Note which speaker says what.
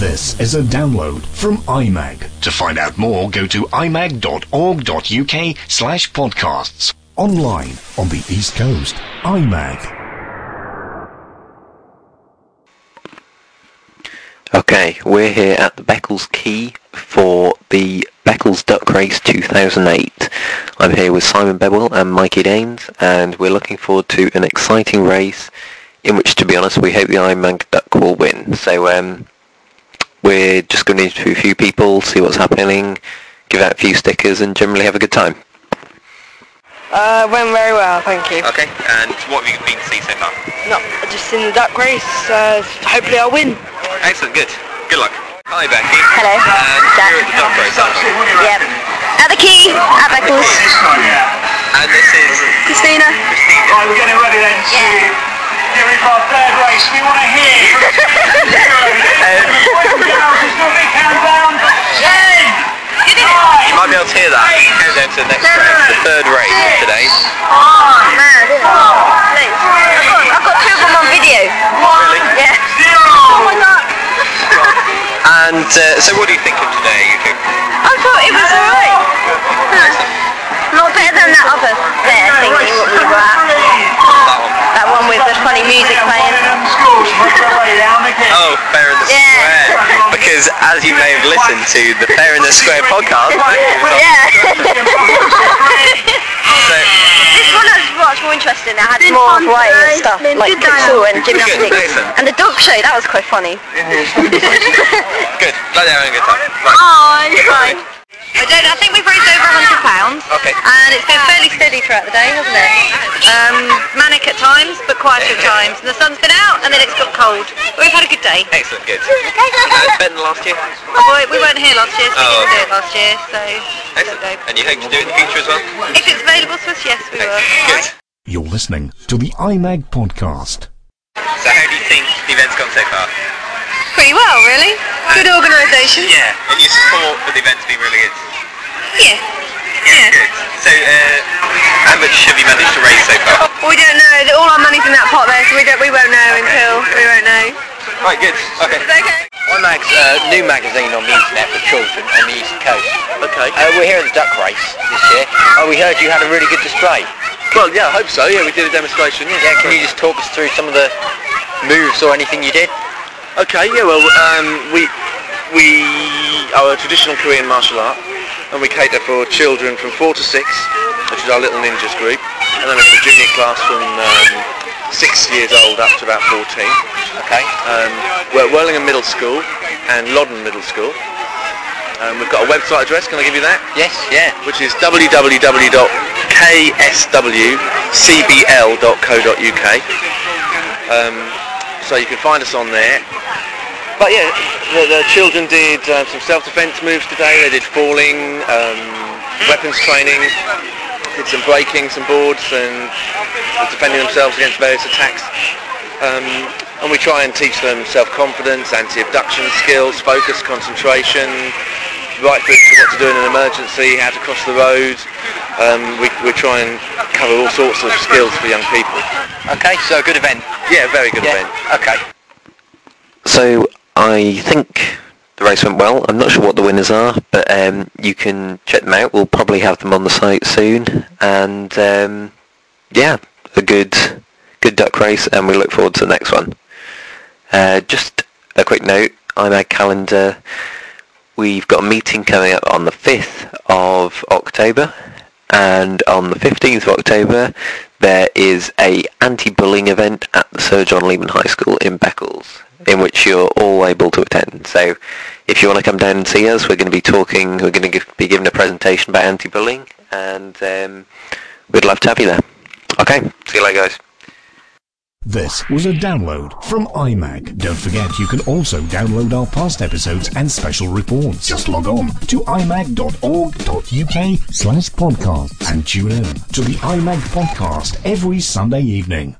Speaker 1: This is a download from iMag. To find out more, go to imag.org.uk slash podcasts. Online on the East Coast, iMag.
Speaker 2: Okay, we're here at the Beckles Key for the Beckles Duck Race 2008. I'm here with Simon Bebwell and Mikey Danes, and we're looking forward to an exciting race in which, to be honest, we hope the Ironman Duck will win. So um, we're just going to interview a few people, see what's happening, give out a few stickers, and generally have a good time.
Speaker 3: Uh, went very well, thank you.
Speaker 2: Okay, and what have you been to see so far?
Speaker 3: No, just in the duck race. Uh, hopefully I'll win.
Speaker 2: Excellent, good. Good luck. Hi, Becky.
Speaker 4: Hello.
Speaker 2: And
Speaker 4: Jack.
Speaker 2: you're at the Duck Race, aren't you?
Speaker 4: Yep. At the key, at Beckles.
Speaker 2: And this is
Speaker 4: Christina.
Speaker 2: Christina.
Speaker 5: Right, we're getting ready then to
Speaker 4: Yeah.
Speaker 5: get ready for our third race. We want to hear from the girls. It's going to be countdown. Ten,
Speaker 2: You
Speaker 5: nine,
Speaker 2: might be able to hear that. Countdown to the next race, the third race of today.
Speaker 5: five,
Speaker 4: Man. Mate, I've got, I've got two of them on video.
Speaker 5: one,
Speaker 4: Yeah.
Speaker 5: zero.
Speaker 2: And uh, so, what do you think of today? You think?
Speaker 4: I thought it was alright. Not better than that other there thing that you- we were at.
Speaker 2: That one.
Speaker 4: That one with the funny music playing.
Speaker 2: Oh, Fair in the
Speaker 4: Yeah.
Speaker 2: Square. Because as you may have listened to the Fair in the Square podcast,
Speaker 4: Yeah.
Speaker 2: so,
Speaker 4: this one was much more interesting. It had more variety and stuff, like kutsu and gymnastics.
Speaker 2: excellent.
Speaker 4: And the dog show, that was quite funny.
Speaker 2: good. Glad you're having a good time. Right.
Speaker 4: Oh, fine. I don't know, I think we've raised over £100.
Speaker 2: Okay.
Speaker 4: And it's been fairly steady throughout the day, hasn't it? Um, manic at times, but quiet at times. And the sun's been out, and then it's got cold. But we've had a good day.
Speaker 2: Excellent. Good. And it's better than last year.
Speaker 4: Well, we weren't here last year, so we
Speaker 2: Oh.
Speaker 4: didn't do it last year. So I don't
Speaker 2: Excellent.
Speaker 4: know.
Speaker 2: And you hope to do it in the future as well.
Speaker 4: if it's available to us, yes, we will.
Speaker 2: Good.
Speaker 1: You're listening to the iMag podcast.
Speaker 2: So, how do you think the event's gone so far?
Speaker 3: Pretty well, really. Good organisation.
Speaker 2: Yeah. And your support for the event's been really good.
Speaker 3: Yeah.
Speaker 2: Good. So, uh, how much have you managed to raise so far?
Speaker 3: We don't know. that All our money's in that pot there, so we don't. We won't know until we won't know.
Speaker 2: Right. Good. Okay.
Speaker 3: Okay.
Speaker 6: iMag's uh, new magazine on the internet for children on the East Coast.
Speaker 2: Okay.
Speaker 6: Uh, we're here at the Duck Race this year. Oh, we heard you had a really good display.
Speaker 2: Well, yeah, I hope so. Yeah, we did a demonstration. Yeah.
Speaker 6: Yeah, can you just talk us through some of the moves or anything you did?
Speaker 2: Okay, yeah, well, um, we we are a traditional Korean martial art, and we cater for children from four to six, which is our little ninjas group, and then we have a junior class from um, six years old up to about fourteen.
Speaker 6: Okay.
Speaker 2: Um, we're at Whirlingham Middle School and Loddon Middle School. Um, we've got a website address. Can I give you that?
Speaker 6: Yes, yeah.
Speaker 2: Which is www.kswcbl.co.uk. Um, so you can find us on there. But yeah, the, the children did um, some self-defense moves today. They did falling, um, weapons training, did some breaking, some boards, and defending themselves against various attacks. Um, and we try and teach them self-confidence, anti-abduction skills, focus, concentration, right foot to what to do in an emergency, how to cross the road. Um, we, we try and cover all sorts of skills for young people.
Speaker 6: Okay, so a good event.
Speaker 2: Yeah, very good event.
Speaker 6: Okay.
Speaker 2: So I think the race went well. I'm not sure what the winners are, but um, you can check them out. We'll probably have them on the site soon. And um, yeah, a good good duck race, and we look forward to the next one. Uh, just a quick note: I'm a calendar. We've got a meeting coming up on the 5th of October, and on the 15th of October there is a anti-bullying event at the Sir John Lehman High School in Beccles, in which you're all able to attend. So if you want to come down and see us, we're going to be talking, we're going to give, be giving a presentation about anti-bullying, and um, we'd love to have you there. Okay, see you later guys.
Speaker 1: This was a download from iMag. Don't forget you can also download our past episodes and special reports. Just log on to imag.org.uk slash podcast and tune in to the iMag podcast every Sunday evening.